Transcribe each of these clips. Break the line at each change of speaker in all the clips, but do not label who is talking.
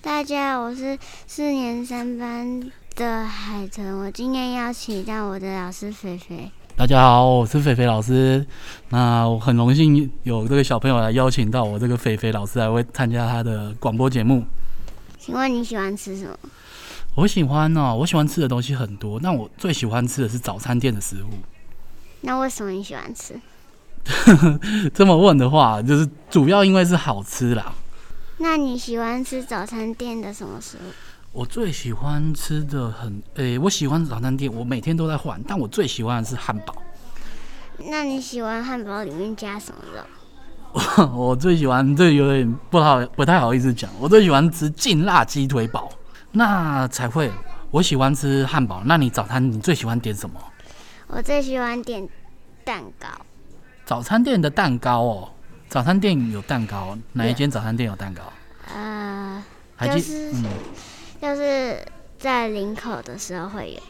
大家好，我是四年三班的海豚，我今天邀请到我的老师肥肥。
大家好，我是肥肥老师。那我很荣幸有这个小朋友来邀请到我这个肥肥老师来为参加他的广播节目。
请问你喜欢吃什么？
我喜欢哦，我喜欢吃的东西很多，但我最喜欢吃的是早餐店的食物。
那为什么你喜欢吃？
这么问的话，就是主要因为是好吃啦。
那你喜欢吃早餐店的什么食物？
我最喜欢吃的很，诶、我喜欢早餐店，我每天都在换，但我最喜欢的是汉堡。
那你喜欢汉堡里面加什么肉？
我最喜欢，这有点不好，不太好意思讲。我最喜欢吃劲辣鸡腿堡，那才会。我喜欢吃汉堡，那你早餐你最喜欢点什么？
我最喜欢点蛋糕，
早餐店的蛋糕哦，早餐店有蛋糕，哪一间早餐店有蛋糕？
呃，
还
就
记
是
嗯，
就是在领口的时候会有，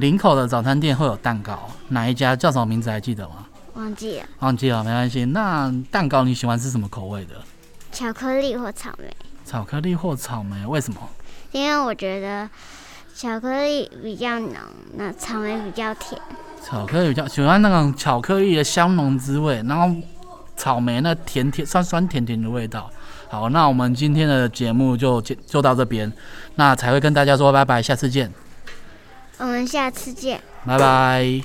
林口的早餐店会有蛋糕，哪一家叫什么名字还记得吗？
忘记了，
忘记了，没关系。那蛋糕你喜欢吃什么口味的？
巧克力或草莓，
巧克力或草莓？为什么？
因为我觉得巧克力比较浓，那草莓比较甜。
巧克力比较喜欢那种巧克力的香浓滋味，然后草莓那甜甜酸酸甜甜的味道。好，那我们今天的节目就就到这边，那才会跟大家说拜拜，下次见，
我们下次见。
拜拜。